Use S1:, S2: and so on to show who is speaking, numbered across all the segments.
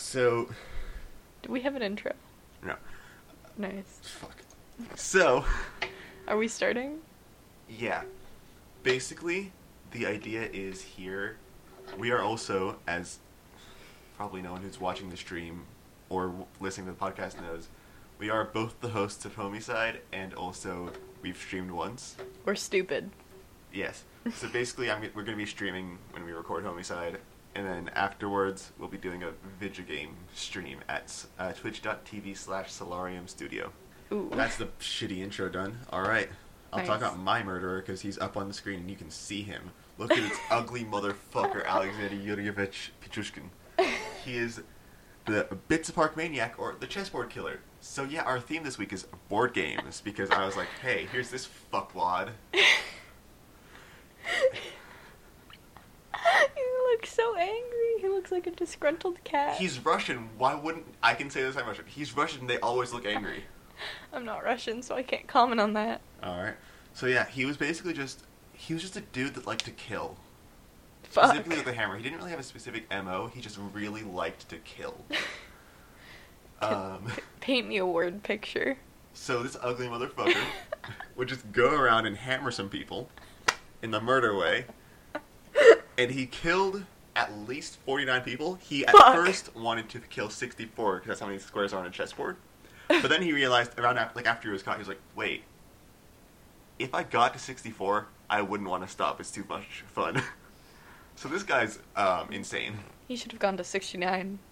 S1: So,
S2: Do we have an intro?
S1: no.
S2: Nice.
S1: Fuck. So,
S2: Are we starting?
S1: yeah. Basically, the idea is here. We are also, as probably no one who's watching the stream or w- listening to the podcast knows, we are both the hosts of Homicide and also we've streamed once.
S2: We're stupid.
S1: Yes. So basically, I'm, we're going to be streaming when we record Homicide, and then afterwards, we'll be doing a video game stream at s- uh, twitch.tv slash solarium studio.
S2: Ooh.
S1: That's the shitty intro done. All right. I'll talk
S2: Nice.
S1: about my murderer because he's up on the screen and you can see him. Look at this ugly motherfucker, Alexander Yuryevich Petrushkin. He is the Bits of Park Maniac or the Chessboard Killer. So, yeah, our theme this week is board games because I was like, hey, here's this fuckwad.
S2: he looks so angry. He looks like a disgruntled cat.
S1: He's Russian. Why wouldn't I can say this? I'm Russian. He's Russian. They always look angry.
S2: I'm not Russian, so I can't comment on that.
S1: All right. So yeah, he was basically just he was just a dude that liked to kill,
S2: Fuck.
S1: specifically with a hammer. He didn't really have a specific mo. He just really liked to kill. um,
S2: P- paint me a word picture.
S1: so this ugly motherfucker would just go around and hammer some people in the murder way, and he killed at least 49 people. He at
S2: Fuck.
S1: first wanted to kill 64 because that's how many squares are on a chessboard. But then he realized around after, like after he was caught, he was like, "Wait, if I got to 64, I wouldn't want to stop. It's too much fun." so this guy's um, insane.
S2: He should have gone to 69.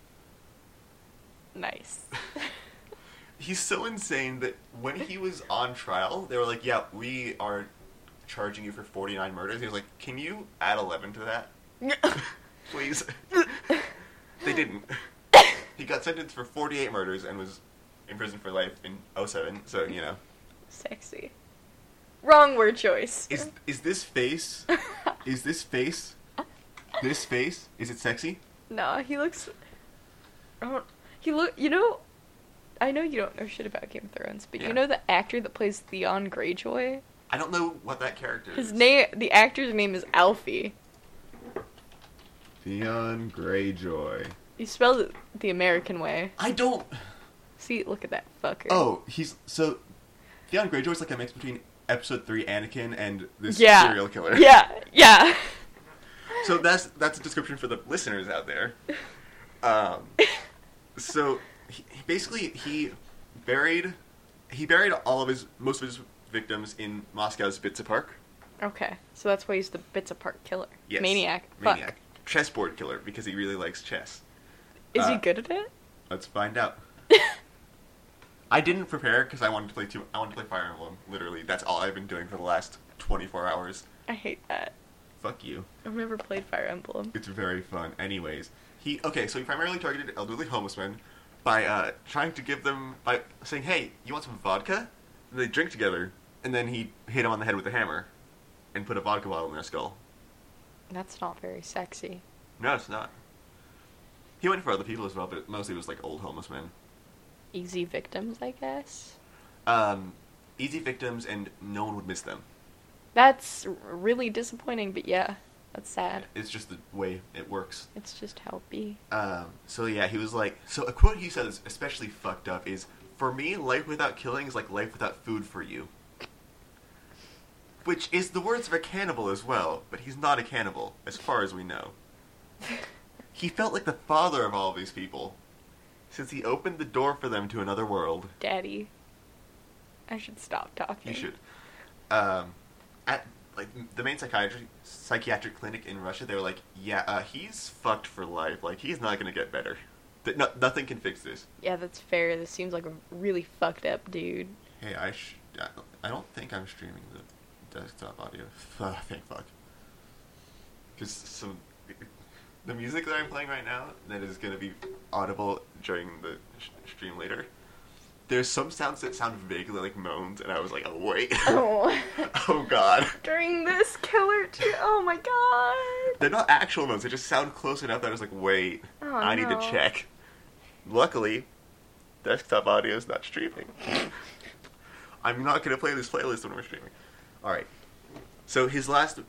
S2: Nice.
S1: He's so insane that when he was on trial, they were like, "Yeah, we are charging you for 49 murders." He was like, "Can you add 11 to that, please?" they didn't. He got sentenced for 48 murders and was in prison for life in 07. So you know,
S2: Sexy. Wrong word choice.
S1: is is this face? Is this face? This face? Is it sexy?
S2: No, he looks. I don't. He look. You know, I know you don't know shit about Game of Thrones, but
S1: Yeah.
S2: you know the actor that plays Theon Greyjoy.
S1: I don't know what that character is.
S2: His name, the actor's name is Alfie.
S1: Theon Greyjoy.
S2: He spelled it the American way.
S1: I don't.
S2: See, look at that fucker.
S1: Oh, he's so Theon Greyjoy's like a mix between Episode Three Anakin and this
S2: yeah.
S1: serial killer.
S2: Yeah, yeah.
S1: So that's that's a description for the listeners out there. Um, so he, he basically he buried he buried all of his most of his victims in Moscow's Vitsa Park.
S2: Okay, so that's why he's the bits apart killer.
S1: Yes.
S2: Maniac. Fuck.
S1: Maniac. Chessboard killer because he really likes chess.
S2: Is he
S1: Uh,
S2: good at it?
S1: Let's find out. I didn't prepare because I wanted to play two. I wanted to play Fire Emblem. Literally, that's all I've been doing for the last 24 hours.
S2: I hate that.
S1: Fuck you.
S2: I've never played Fire Emblem.
S1: It's very fun. Anyways, he okay. So he primarily targeted elderly homeless men by uh, trying to give them by saying, "Hey, you want some vodka?" And they drink together, and then he hit him on the head with a hammer, and put a vodka bottle in their skull.
S2: That's not very sexy.
S1: No, it's not. He went for other people as well, but mostly it was like old homeless men.
S2: Easy victims, I guess.
S1: Um, easy victims, and no one would miss them.
S2: That's r- really disappointing, but yeah, that's sad.
S1: It's just the way it works.
S2: It's just how it be.
S1: Um, so yeah, he was like, so a quote he says, especially fucked up, is, "For me, life without killing is like life without food for you," which is the words of a cannibal as well. But he's not a cannibal, as far as we know. He felt like the father of all these people, since he opened the door for them to another world.
S2: Daddy, I should stop talking.
S1: You should. Um, at like the main psychiatry psychiatric clinic in Russia, they were like, "Yeah, uh, he's fucked for life. Like he's not gonna get better. Th- no, nothing can fix this."
S2: Yeah, that's fair. This seems like a really fucked up dude.
S1: Hey, I sh- I- I don't think I'm streaming the desktop audio. Fuck, thank fuck. Because some the music that I'm playing right now that is gonna be audible during the sh- stream later. There's some sounds that sound vaguely like moans, and I was like, "Oh wait,
S2: Oh.
S1: oh god."
S2: During this killer too. Oh my god.
S1: They're not actual moans. They just sound close enough that I was like, wait,
S2: Oh,
S1: I need
S2: no.
S1: to check. Luckily, desktop audio is not streaming. I'm not going to play this playlist when we're streaming. All right. So his last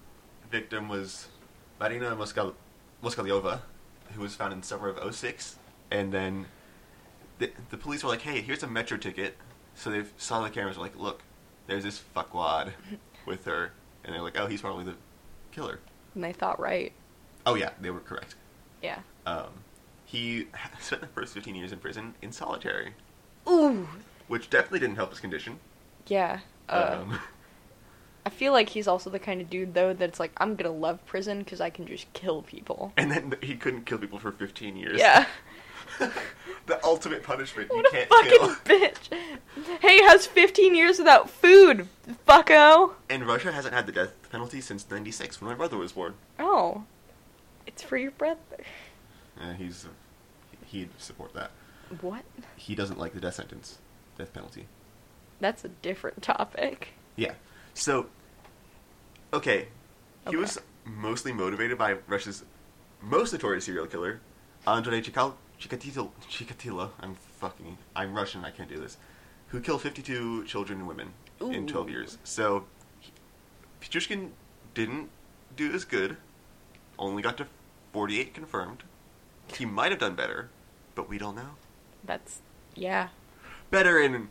S1: victim was Marina Moskal- Moskalyova, who was found in summer of 06 and then the, the police were like, "Hey, here's a metro ticket." So they saw the cameras. Were like, "Look, there's this fuckwad with her," and they're like, "Oh, he's probably the killer."
S2: And they thought right.
S1: Oh yeah, they were correct.
S2: Yeah.
S1: Um, he spent the first 15 years in prison in solitary,
S2: Ooh.
S1: which definitely didn't help his condition.
S2: Yeah. Uh,
S1: um,
S2: I feel like he's also the kind of dude though that's like, I'm gonna love prison because I can just kill people.
S1: and then he couldn't kill people for 15 years.
S2: Yeah.
S1: the ultimate punishment
S2: What
S1: you
S2: a
S1: can't
S2: fucking
S1: kill.
S2: bitch. Hey, how's 15 years without food, fucko?
S1: And Russia hasn't had the death penalty since 96 when my brother was born.
S2: Oh. It's for your brother.
S1: And Uh, he's he'd support that.
S2: What?
S1: He doesn't like the death sentence, death penalty.
S2: That's a different topic.
S1: Yeah. So okay, he
S2: Okay.
S1: was mostly motivated by Russia's most notorious serial killer, Andrei Chikal Chikatilo. Chikatilo. I'm fucking I'm Russian, I can't do this. Who killed 52 children and women in 12
S2: Ooh.
S1: years. So he- Petrushkin didn't do as good. Only got to 48 confirmed. He might have done better, but we don't know.
S2: That's. Yeah.
S1: Better in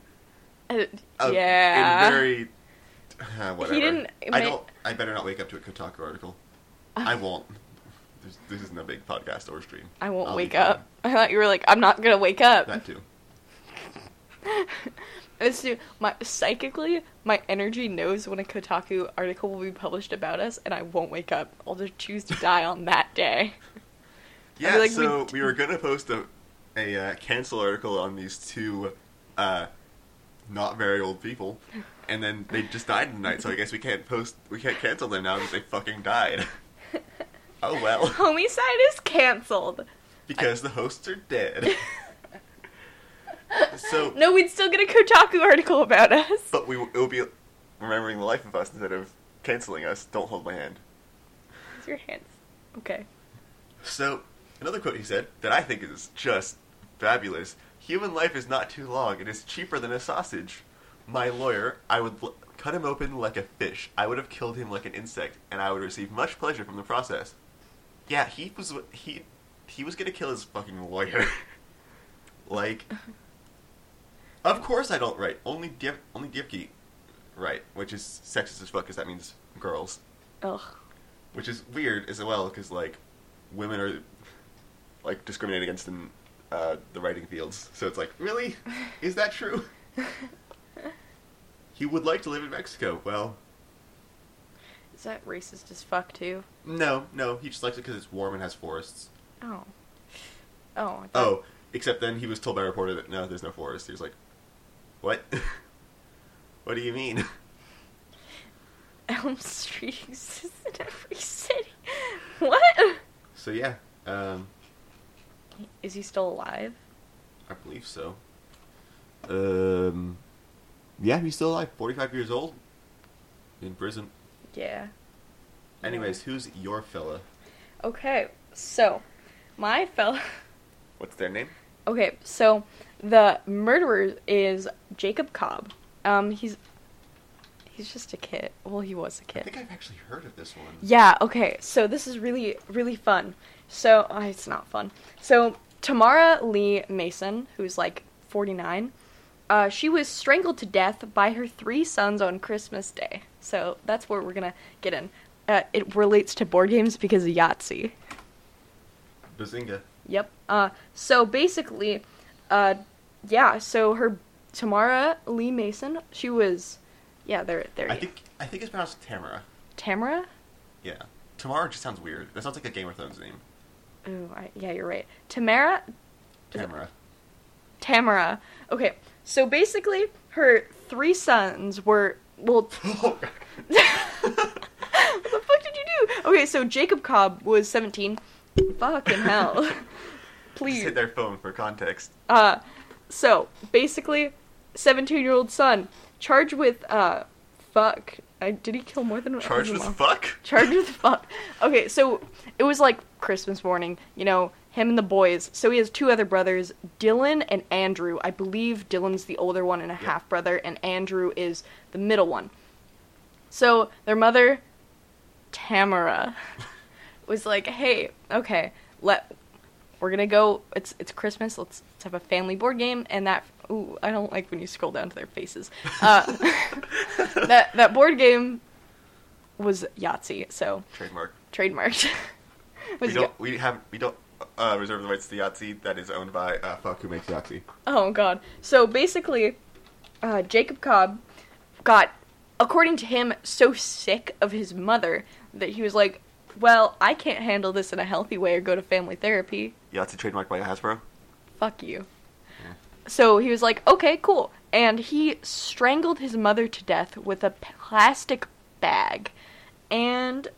S2: Uh,
S1: a,
S2: yeah.
S1: Oh, in very uh, whatever.
S2: didn't-
S1: I
S2: ma-
S1: don't. I better not wake up to a Kotaku article. I won't. This, this isn't a big podcast or stream.
S2: Ah. I won't
S1: I'll be
S2: wake
S1: fine.
S2: up. I thought you were like, I'm not gonna wake up.
S1: That too.
S2: It's too- my psychically, my energy knows when a Kotaku article will be published about us, and I won't wake up. I'll just choose to die on that day. be
S1: Yeah.
S2: like, we
S1: so
S2: d-
S1: we, were gonna post a a uh, cancel article on these two uh, not very old people, and then they just died tonight. So I guess we can't post. We can't cancel them now because they fucking died. Oh well,
S2: Homicide is canceled.
S1: because the hosts are dead. So
S2: No, we'd still get a Kotaku article about us.
S1: But we it will be remembering the life of us instead of canceling us. Don't hold my hand.
S2: Use your hands. Okay.
S1: So another quote he said that I think is just fabulous. Human life is not too long. It is cheaper than a sausage. My lawyer, I would l- cut him open like a fish. I would have killed him like an insect, and I would receive much pleasure from the process. Yeah, he was he he was gonna kill his fucking lawyer. like, of course I don't write. Only Dip, only Dipke, right? Which is sexist as fuck because that means girls
S2: Ugh.
S1: which is weird as well because like women are like discriminated against in uh, the writing fields so it's like really is that true he would like to live in mexico well
S2: Is that racist as fuck too?
S1: no no he just likes it because it's warm and has forests
S2: Oh. Oh. I thought-
S1: oh except then he was told by a reporter that no there's no forest he was like what what do you mean
S2: Elm Street exists in every city. What?
S1: so yeah um,
S2: Is he still alive?
S1: I believe so. Um, yeah, he's still alive, 45 years old, in prison.
S2: Yeah.
S1: Anyways, who's your fella?
S2: Okay, so my fellow.
S1: What's their name?
S2: Okay, so the murderer is Jacob Cobb. Um, he's he's just a kid. Well, he was a
S1: I
S2: kid.
S1: think I've actually heard of this one.
S2: Yeah, okay. So this is really, really fun. So, uh, it's not fun. So, Tamara Lee Mason, who's like 49, uh, she was strangled to death by her three sons on Christmas Day. So, that's where we're gonna get in. Uh, it relates to board games because of Yahtzee.
S1: Bazinga.
S2: Yep. Uh, so basically, uh, yeah. So her Tamara Lee Mason, she was, yeah. There, there.
S1: I think I think it's pronounced Tamara.
S2: Tamara.
S1: Yeah. Tamara just sounds weird. That sounds like a Game of Thrones name.
S2: Ooh, I, yeah, you're right. Tamara. is it-
S1: Tamara.
S2: Tamara. Okay. So basically, her three sons were well.
S1: Oh, God.
S2: what the fuck did you do? Okay, so Jacob Cobb was 17. Fucking hell. Please.
S1: Just hit their phone for context.
S2: Uh, so basically, seventeen-year-old son charged with uh, fuck. I, did he kill more than
S1: Charged
S2: his
S1: with
S2: mom?
S1: fuck?
S2: Charged with fuck. Okay, so it was like Christmas morning. You know, him and the boys. So he has two other brothers, Dylan and Andrew. I believe Dylan's the older one and a
S1: Yeah.
S2: half brother, and Andrew is the middle one. So their mother, Tamara, was like, "Hey, okay, let We're gonna go. It's it's Christmas. Let's let's have a family board game, and that. Ooh, I don't like when you scroll down to their faces. Uh, that that board game was Yahtzee, so
S1: Trademark.
S2: trademarked.
S1: We
S2: Was Yah-
S1: don't. We have. We don't uh, reserve the rights to Yahtzee. That is owned by uh, fuck who makes Yahtzee.
S2: Oh God! So basically, uh, Jacob Cobb got, according to him, so sick of his mother that he was like, "Well, I can't handle this in a healthy way or go to family therapy.
S1: Yahtzee trademarked by Hasbro.
S2: Fuck you." So he was like, "Okay, cool," and he strangled his mother to death with a plastic bag, and.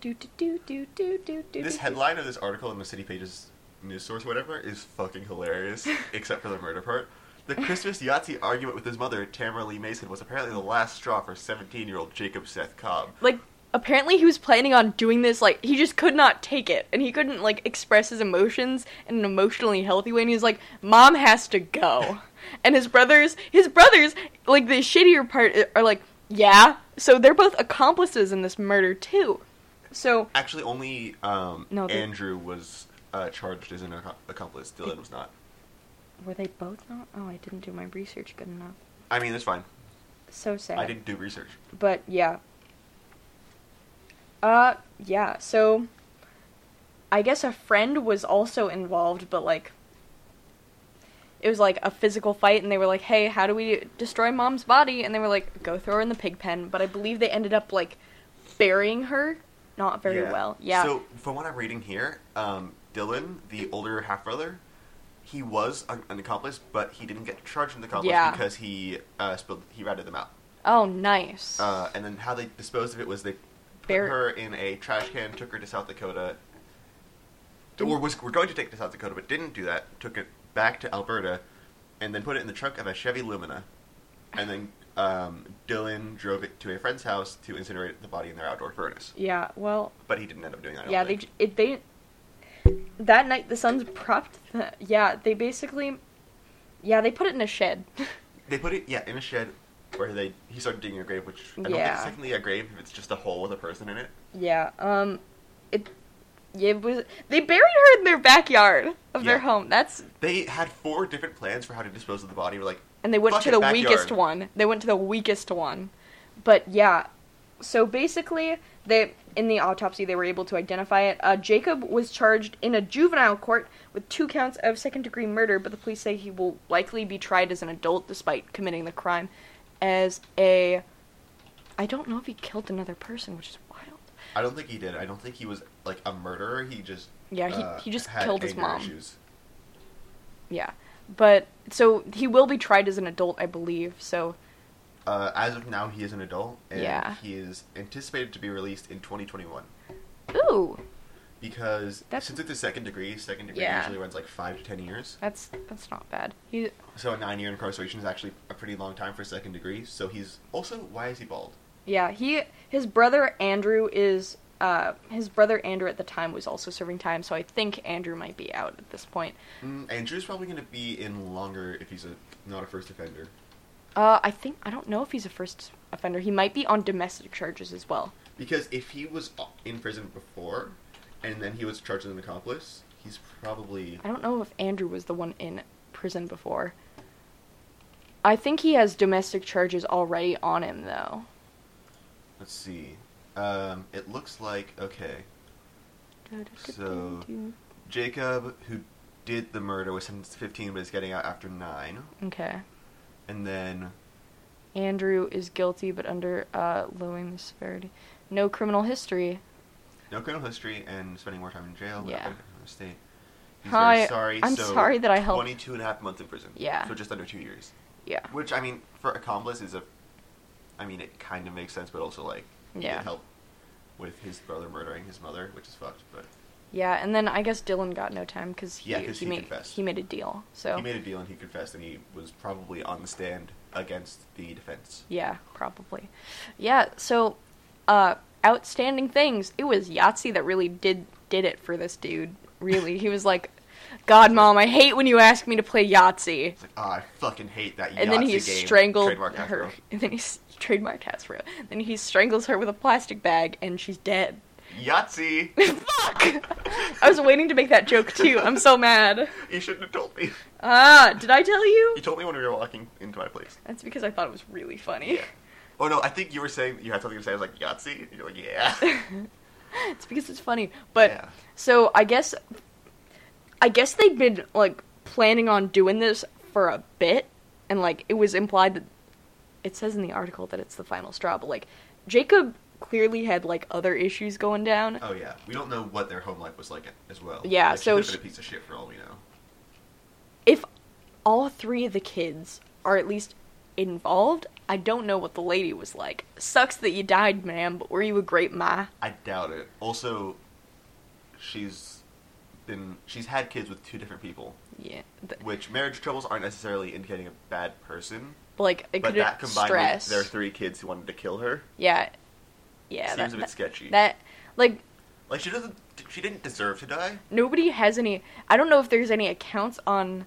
S2: Do do do do do do do.
S1: This
S2: do, do.
S1: headline of this article in the City Pages news source, whatever, is fucking hilarious, except for the murder part. The Christmas Yahtzee argument with his mother, Tamara Lee Mason, was apparently the last straw for 17 year old Jacob Seth Cobb.
S2: like apparently he was planning on doing this like he just could not take it and he couldn't like express his emotions in an emotionally healthy way and he's like mom has to go and his brothers his brothers like the shittier part uh, are like yeah so they're both accomplices in this murder too so
S1: Actually, only um,
S2: No, they-
S1: Andrew was uh, charged as an ac- accomplice. Dylan was not.
S2: were they both not oh i didn't do my research good enough
S1: I mean, that's fine.
S2: so sad
S1: I didn't do research.
S2: but yeah. Uh, yeah, so I guess a friend was also involved, but like it was like a physical fight, and they were like, hey, how do we destroy mom's body? And they were like, go throw her in the pig pen, but I believe they ended up like burying her not very well. Yeah.
S1: So, from what I'm reading here, um, Dylan, the older half brother, he was an, an accomplice, but he didn't get charged an accomplice
S2: Yeah.
S1: because he uh, spilled, he ratted them out.
S2: oh, nice.
S1: Uh, and then how they disposed of it was they put
S2: Bur-
S1: her in a trash can, took her to South Dakota, or was were going to take it to South Dakota, but didn't do that. Took it back to Alberta, and then put it in the trunk of a Chevy Lumina. And then um, Dylan drove it to a friend's house to incinerate the body in their outdoor furnace.
S2: yeah, well,
S1: But he didn't end up doing that. I don't
S2: yeah, they
S1: think.
S2: j- it, they that night the Suns prepped. The, yeah, they basically yeah they put it in a shed.
S1: They put it, yeah, in a shed where they he started digging a grave, which I don't think
S2: Yeah.
S1: it's technically a grave if it's just a hole with a person in it.
S2: Yeah. Um. It. yeah, It was. They buried her in their backyard of their
S1: Yeah.
S2: home. That's.
S1: They had four different plans for how to dispose of the body. We're like,
S2: And they went
S1: Fuck
S2: to
S1: it,
S2: the
S1: backyard.
S2: weakest one. They went to the weakest one. But yeah. So basically, they in the autopsy they were able to identify it. Uh, Jacob was charged in a juvenile court with two counts of second degree murder, but the police say he will likely be tried as an adult despite committing the crime as a. I don't know if he killed another person, which is wild.
S1: I don't think he did. I don't think he was like a murderer. He just
S2: Yeah, he-
S1: uh,
S2: he just
S1: had
S2: killed his
S1: anger
S2: mom.
S1: Issues.
S2: Yeah. But so he will be tried as an adult, I believe. So
S1: Uh, as of now, he is an adult, and
S2: Yeah.
S1: he is anticipated to be released in 2021
S2: ooh,
S1: because
S2: That's-
S1: since it's a second degree, second degree
S2: Yeah.
S1: usually runs like five to ten years.
S2: that's that's not bad. He
S1: So a nine-year incarceration is actually a pretty long time for second degree. So he's also why is he bald?
S2: yeah, he his brother Andrew is uh his brother Andrew at the time was also serving time, so I think Andrew might be out at this point.
S1: Mm, Andrew's probably going to be in longer if he's a not a first offender.
S2: Uh I think I don't know if he's a first offender. He might be on domestic charges as well.
S1: Because if he was uh, in prison before, and then he was charged as an accomplice, he's probably
S2: I don't know if Andrew was the one in prison before. I think he has domestic charges already on him though.
S1: let's see. Um, it looks like okay. So- Jacob, who did the murder, was sentenced to 15, but is getting out after nine.
S2: Okay.
S1: And then
S2: Andrew is guilty but under uh, lowering the severity. No criminal history.
S1: no criminal history and spending more time in jail. without
S2: Yeah.
S1: benefiting from the state. He's
S2: Hi,
S1: very sorry.
S2: I'm
S1: so
S2: sorry that I helped.
S1: 22 and a half months in prison.
S2: Yeah.
S1: So just under two years.
S2: Yeah.
S1: Which I mean, for accomplice is a, I mean, it kind of makes sense, but also like, he
S2: Yeah.
S1: did help with his brother murdering his mother, which is fucked. But
S2: Yeah, and then I guess Dylan got no time because he,
S1: Yeah, 'cause he
S2: made
S1: confessed.
S2: he made a deal. So
S1: he made a deal and he confessed, and he was probably on the stand against the defense.
S2: yeah, probably. Yeah. So, uh, outstanding things. It was Yahtzee that really did did it for this dude. Really, he was like, "God, mom, I hate when you ask me to play Yahtzee."
S1: It's like, ah, I fucking hate that.
S2: and then
S1: Yahtzee
S2: he
S1: game.
S2: strangled
S1: Trademark
S2: her.
S1: Hasbro.
S2: And then he s- trademarked Hasbro. Then he strangles her with a plastic bag, and she's dead.
S1: Yahtzee.
S2: Fuck! I was waiting to make that joke too. I'm so mad.
S1: You shouldn't have told me.
S2: Ah, did I tell you?
S1: You told me when we were walking into my place.
S2: That's because I thought it was really funny.
S1: Oh no, I think you were saying you had something to say. I was like Yahtzee. And you're like, yeah.
S2: it's because it's funny. But
S1: Yeah.
S2: so I guess I guess they've been like planning on doing this for a bit and like it was implied that it says in the article that it's the final straw, but like Jacob clearly had like other issues going down.
S1: Oh yeah. We don't know what their home life was like as well.
S2: Yeah,
S1: Like, she
S2: so
S1: could've been
S2: she-
S1: a piece of shit for all we know.
S2: If all three of the kids are at least involved, I don't know what the lady was like. Sucks that you died, ma'am, but were you a great ma?
S1: I doubt it. Also, she's been she's had kids with two different people,
S2: Yeah. th-
S1: which marriage troubles aren't necessarily indicating a bad person,
S2: Like it
S1: but
S2: could
S1: that
S2: have
S1: combined
S2: stress.
S1: with their three kids who wanted to kill her
S2: yeah. Yeah.
S1: seems
S2: that-
S1: a bit
S2: that-
S1: sketchy.
S2: That like
S1: like she doesn't she didn't deserve to die.
S2: nobody has any I don't know if there's any accounts on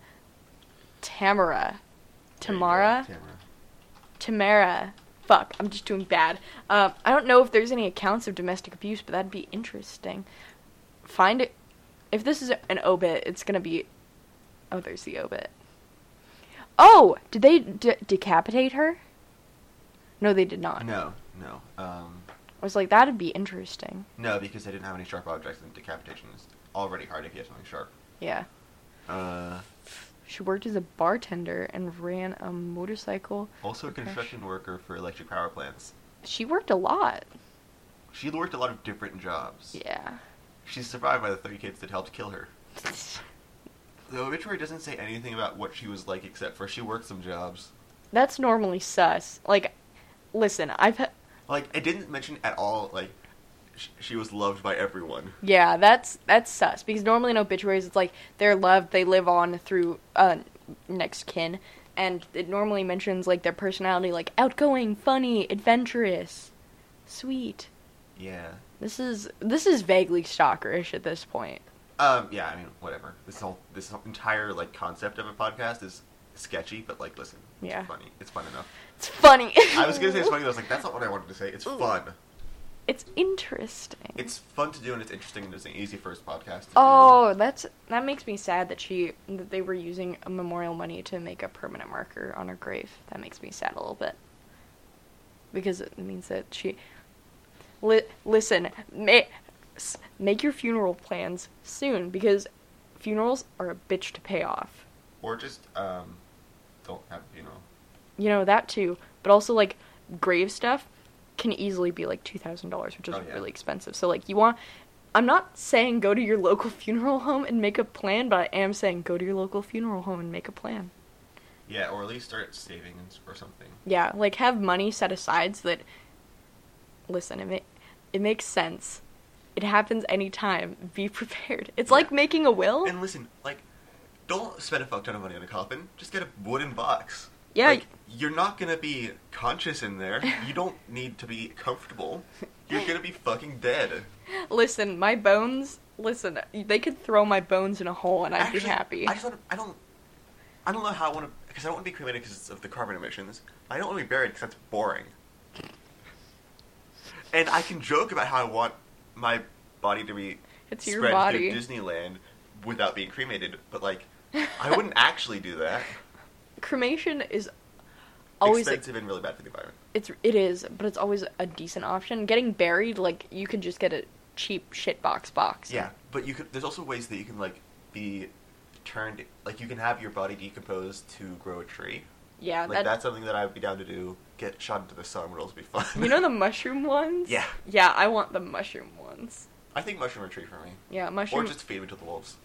S2: Tamara. Tamara?
S1: Tamara.
S2: Tamara. Fuck, I'm just doing bad. Um, I don't know if there's any accounts of domestic abuse, but that'd be interesting. Find it. If this is an obit, it's gonna be. Oh, there's the obit. Oh, did they de- decapitate her? No, they did not.
S1: No, no, um,
S2: I was like, that'd be interesting.
S1: no, because they didn't have any sharp objects, and decapitation is already hard if you have something sharp.
S2: Yeah.
S1: Uh,
S2: She worked as a bartender and ran a motorcycle.
S1: also a
S2: Okay.
S1: construction worker for electric power plants.
S2: She worked a lot.
S1: She worked a lot of different jobs.
S2: Yeah.
S1: She's survived by the three kids that helped kill her. The obituary doesn't say anything about what she was like except for she worked some jobs.
S2: That's normally sus. Like, listen, I've. Ha-
S1: Like, it didn't mention at all, like, sh- she was loved by everyone.
S2: yeah, that's that's sus because normally in obituaries it's like they're loved, they live on through uh, next kin, and it normally mentions like their personality, like outgoing, funny, adventurous, sweet.
S1: Yeah.
S2: This is this is vaguely stalkerish at this point.
S1: Um, yeah, I mean, whatever. This whole, this whole entire, like, concept of a podcast is sketchy, but, like, listen.
S2: Yeah.
S1: It's funny. It's fun enough.
S2: It's funny.
S1: I was gonna say it's funny, but I was like, that's not what I wanted to say. It's fun.
S2: It's interesting.
S1: It's fun to do, and it's interesting, and it's an easy first podcast. to do.
S2: Oh, that's that makes me sad that she that they were using a memorial money to make a permanent marker on her grave. That makes me sad a little bit because it means that she. Li- listen, ma- s- make your funeral plans soon because funerals are a bitch to pay off.
S1: Or just, um, don't have, you know.
S2: You know that too, but also like grave stuff can easily be like two thousand dollars, which is
S1: Oh, yeah.
S2: really expensive. So like you want, I'm not saying go to your local funeral home and make a plan, but I am saying go to your local funeral home and make a plan.
S1: Yeah, or at least start saving and s- or something.
S2: Yeah, like have money set aside so that. Listen, it ma- it makes sense. It happens anytime. Be prepared. It's
S1: Yeah.
S2: like making a will.
S1: And listen, like, don't spend a fuck ton of money on a coffin. Just get a wooden box.
S2: Yeah.
S1: Like, you're not gonna be conscious in there. You don't need to be comfortable. You're gonna be fucking dead.
S2: Listen, my bones. Listen, they could throw my bones in a hole and I'd
S1: Actually,
S2: be happy.
S1: I just want I don't. I don't know how I want to. Because I don't want to be cremated because of the carbon emissions. I don't want to be buried because that's boring. And I can joke about how I want my body to be
S2: It's your
S1: spread
S2: body.
S1: through Disneyland without being cremated, but like, I wouldn't actually do that.
S2: cremation is always
S1: expensive and really bad for the environment.
S2: it's it is, but it's always a decent option. Getting buried, like you can just get a cheap shit box box.
S1: Yeah, but you could. There's also ways that you can like be turned. Like you can have your body decomposed to grow a tree.
S2: yeah.
S1: like
S2: that,
S1: that's something that I would be down to do. Get shot into the sun would also be fun.
S2: you know the mushroom ones.
S1: Yeah.
S2: Yeah, I want the mushroom ones.
S1: I think mushroom are tree for me,
S2: Yeah, mushroom.
S1: or just feed them to the wolves.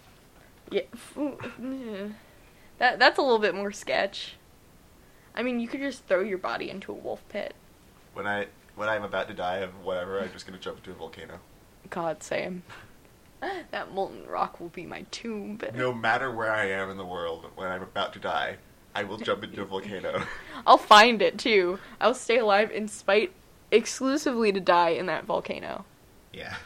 S2: yeah. f- ooh, yeah. That that's a little bit more sketch. I mean, you could just throw your body into a wolf pit.
S1: When I when I'm about to die of whatever, I'm just gonna jump into a volcano.
S2: God, same. that molten rock will be my tomb.
S1: No matter where I am in the world, when I'm about to die, I will jump into a volcano.
S2: I'll find it too. I'll stay alive in spite exclusively to die in that volcano.
S1: yeah.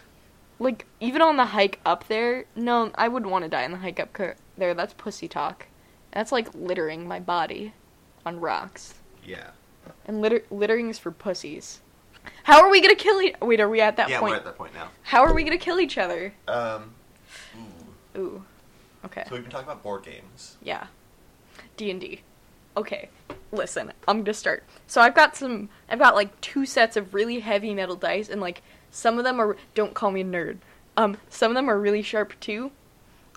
S2: Like even on the hike up there, no, I wouldn't want to die on the hike up cur- there. That's pussy talk. That's like littering my body on rocks.
S1: Yeah.
S2: And litter- littering is for pussies. How are we gonna kill each? Wait, are we at that
S1: yeah,
S2: point?
S1: we're at that point now.
S2: How are we gonna kill each other?
S1: Um, ooh.
S2: Ooh. Okay.
S1: So we've been talking about board games.
S2: Yeah. D&D. Okay. Listen, I'm going to start. So I've got some I've got like two sets of really heavy metal dice and like some of them are don't call me a nerd. Um some of them are really sharp too.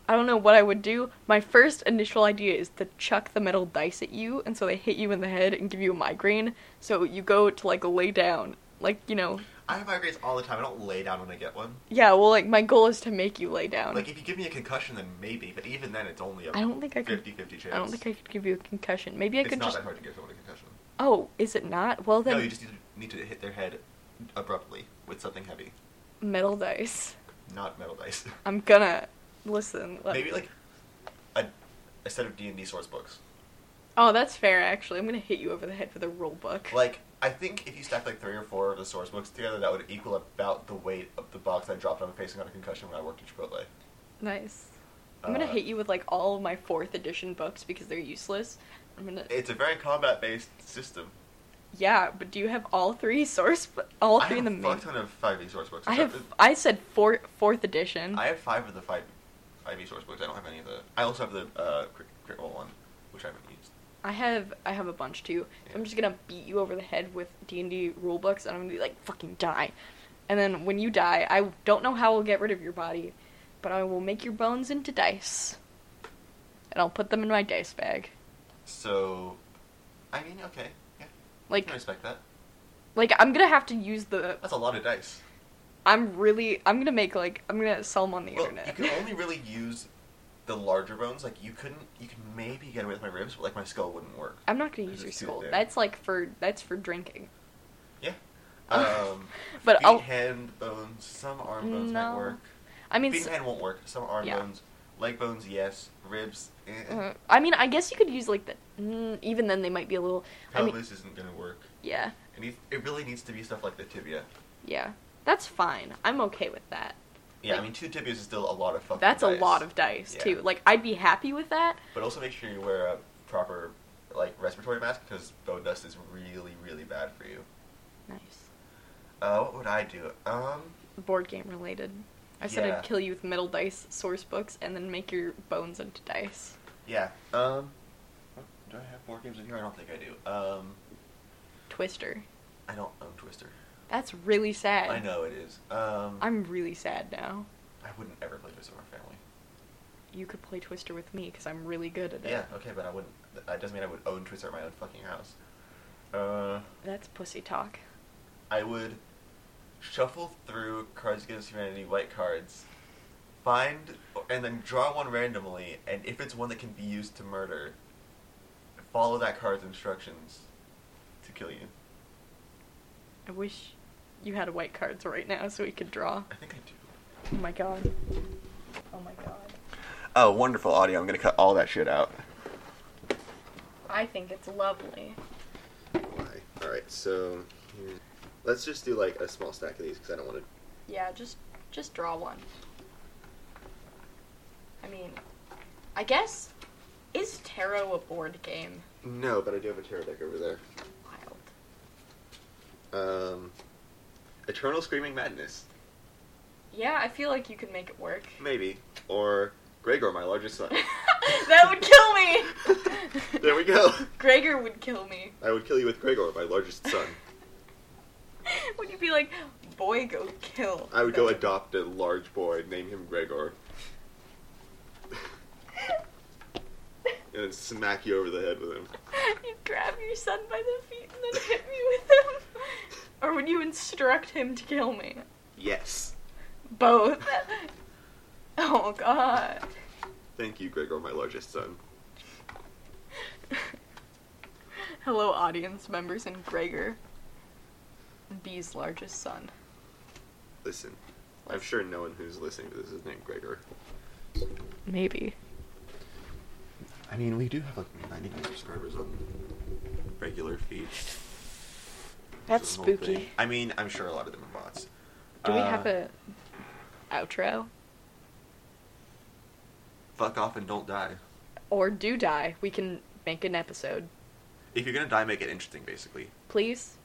S2: I don't know what I would do. My first initial idea is to chuck the metal dice at you and so they hit you in the head and give you a migraine. So you go to like lay down. Like, you know,
S1: I have migraines all the time. I don't lay down when I get one.
S2: yeah, well like my goal is to make you lay down.
S1: Like if you give me a concussion, then maybe. But even then, it's only a
S2: e- I don't think I could
S1: 50-50 chance.
S2: I don't think I could give you a concussion. Maybe I
S1: it's
S2: could
S1: not
S2: just
S1: that hard to give someone a concussion.
S2: Oh, is it not? Well then
S1: no, you just need to, need to hit their head abruptly with something heavy,
S2: metal dice.
S1: not metal dice.
S2: I'm gonna listen. let-
S1: Maybe like a, a set of D and D source books.
S2: Oh, that's fair. Actually, I'm gonna hit you over the head with a rule book.
S1: Like I think if you stack like three or four of the source books together, that would equal about the weight of the box I dropped on my face and got a concussion when I worked at Chipotle.
S2: nice. I'm gonna
S1: Uh,
S2: hit you with like all of my fourth edition books because they're useless. I'm gonna.
S1: It's a very combat-based system.
S2: yeah, but do you have all three source? bu- All three in the
S1: I have a
S2: main.
S1: fuck ton of five E source books.
S2: I have. I said four, fourth edition.
S1: I have five of the five five E source books. I don't have any of the. I also have the uh, crit, crit roll one, which I haven't used.
S2: I have. I have a bunch too.
S1: Yeah.
S2: I'm just gonna beat you over the head with D and D rule books, and I'm gonna be like, "Fucking die!" And then when you die, I don't know how I'll get rid of your body, but I will make your bones into dice, and I'll put them in my dice bag.
S1: So, I mean, okay, yeah, I
S2: Like, uh,
S1: can respect that.
S2: like I'm gonna have to use the.
S1: That's a lot of dice.
S2: I'm really. I'm gonna make like. I'm gonna sell them on the
S1: well,
S2: internet.
S1: you can only really use the larger bones. Like you couldn't. You could maybe get away with my ribs, but like my skull wouldn't work.
S2: I'm not gonna
S1: There's
S2: use your
S1: just two
S2: skull.
S1: there.
S2: That's like for. That's for drinking.
S1: Yeah. Um,
S2: But
S1: feet,
S2: I'll-
S1: hand bones, some arm bones
S2: No.
S1: might work.
S2: I mean,
S1: feet
S2: s-
S1: and hand won't work. Some arm
S2: Yeah.
S1: bones, leg bones, yes. Ribs, eh.
S2: uh, I mean, I guess you could use like the. Mm, even then, they might be a little. I mean,
S1: pelvis isn't gonna work.
S2: yeah,
S1: It needs. It really needs to be stuff like the tibia.
S2: yeah. That's fine. I'm okay with that.
S1: Yeah, I
S2: Like-
S1: mean, two tibias is still a lot of fucking.
S2: That's
S1: dice.
S2: a lot of dice
S1: Yeah.
S2: too. Like I'd be happy with that.
S1: But also make sure you wear a proper like respiratory mask because bone dust is really really bad for you.
S2: Nice.
S1: Uh, what would I do? Um,
S2: Board game related. I said
S1: Yeah.
S2: I'd kill you with metal dice source books and then make your bones into dice.
S1: yeah. Um, do I have board games in here? I don't think I do. Um,
S2: Twister.
S1: I don't own Twister.
S2: That's really sad.
S1: I know it is. Um,
S2: I'm really sad now.
S1: I wouldn't ever play Twister with my family.
S2: You could play Twister with me because I'm really good at it.
S1: Yeah, okay, but I wouldn't. That doesn't mean I would own Twister at my own fucking house. Uh,
S2: That's pussy talk.
S1: I would shuffle through Cards Against Humanity white cards, find and then draw one randomly, and if it's one that can be used to murder, follow that card's instructions to kill you.
S2: I wish you had white cards right now so we could draw.
S1: I think I do.
S2: Oh my god. Oh my god.
S1: Oh, wonderful audio! I'm gonna cut all that shit out.
S2: I think it's lovely.
S1: All right, so hmm, let's just do like a small stack of these because I don't want to.
S2: Yeah, just just draw one. I mean, I guess is tarot a board game?
S1: No, but I do have a tarot deck over there.
S2: Wild.
S1: Um, Eternal Screaming Madness.
S2: Yeah, I feel like you could make it work.
S1: Maybe. Or Gregor, my largest son.
S2: that would kill me.
S1: there we go.
S2: Gregor would kill me.
S1: I would kill you with Gregor, my largest son.
S2: would you be like, boy, go kill?
S1: I would go
S2: them."
S1: adopt a large boy and name him Gregor. and then smack you over the head with him.
S2: you grab your son by the feet and then hit me with him, or would you instruct him to kill me?
S1: Yes.
S2: Both. oh God.
S1: Thank you, Gregor, my largest son.
S2: Hello, audience members and Gregor, B's largest son.
S1: Listen, I'm sure no one who's listening to this is named Gregor.
S2: Maybe.
S1: I mean, we do have like 99 subscribers on regular feed.
S2: That's
S1: This is the whole
S2: spooky.
S1: thing. I mean, I'm sure a lot of them are bots.
S2: Do we
S1: Uh,
S2: have a outro?
S1: fuck off and don't die?
S2: Or do die? We can make an episode,
S1: If you're gonna die, make it interesting, basically.
S2: please.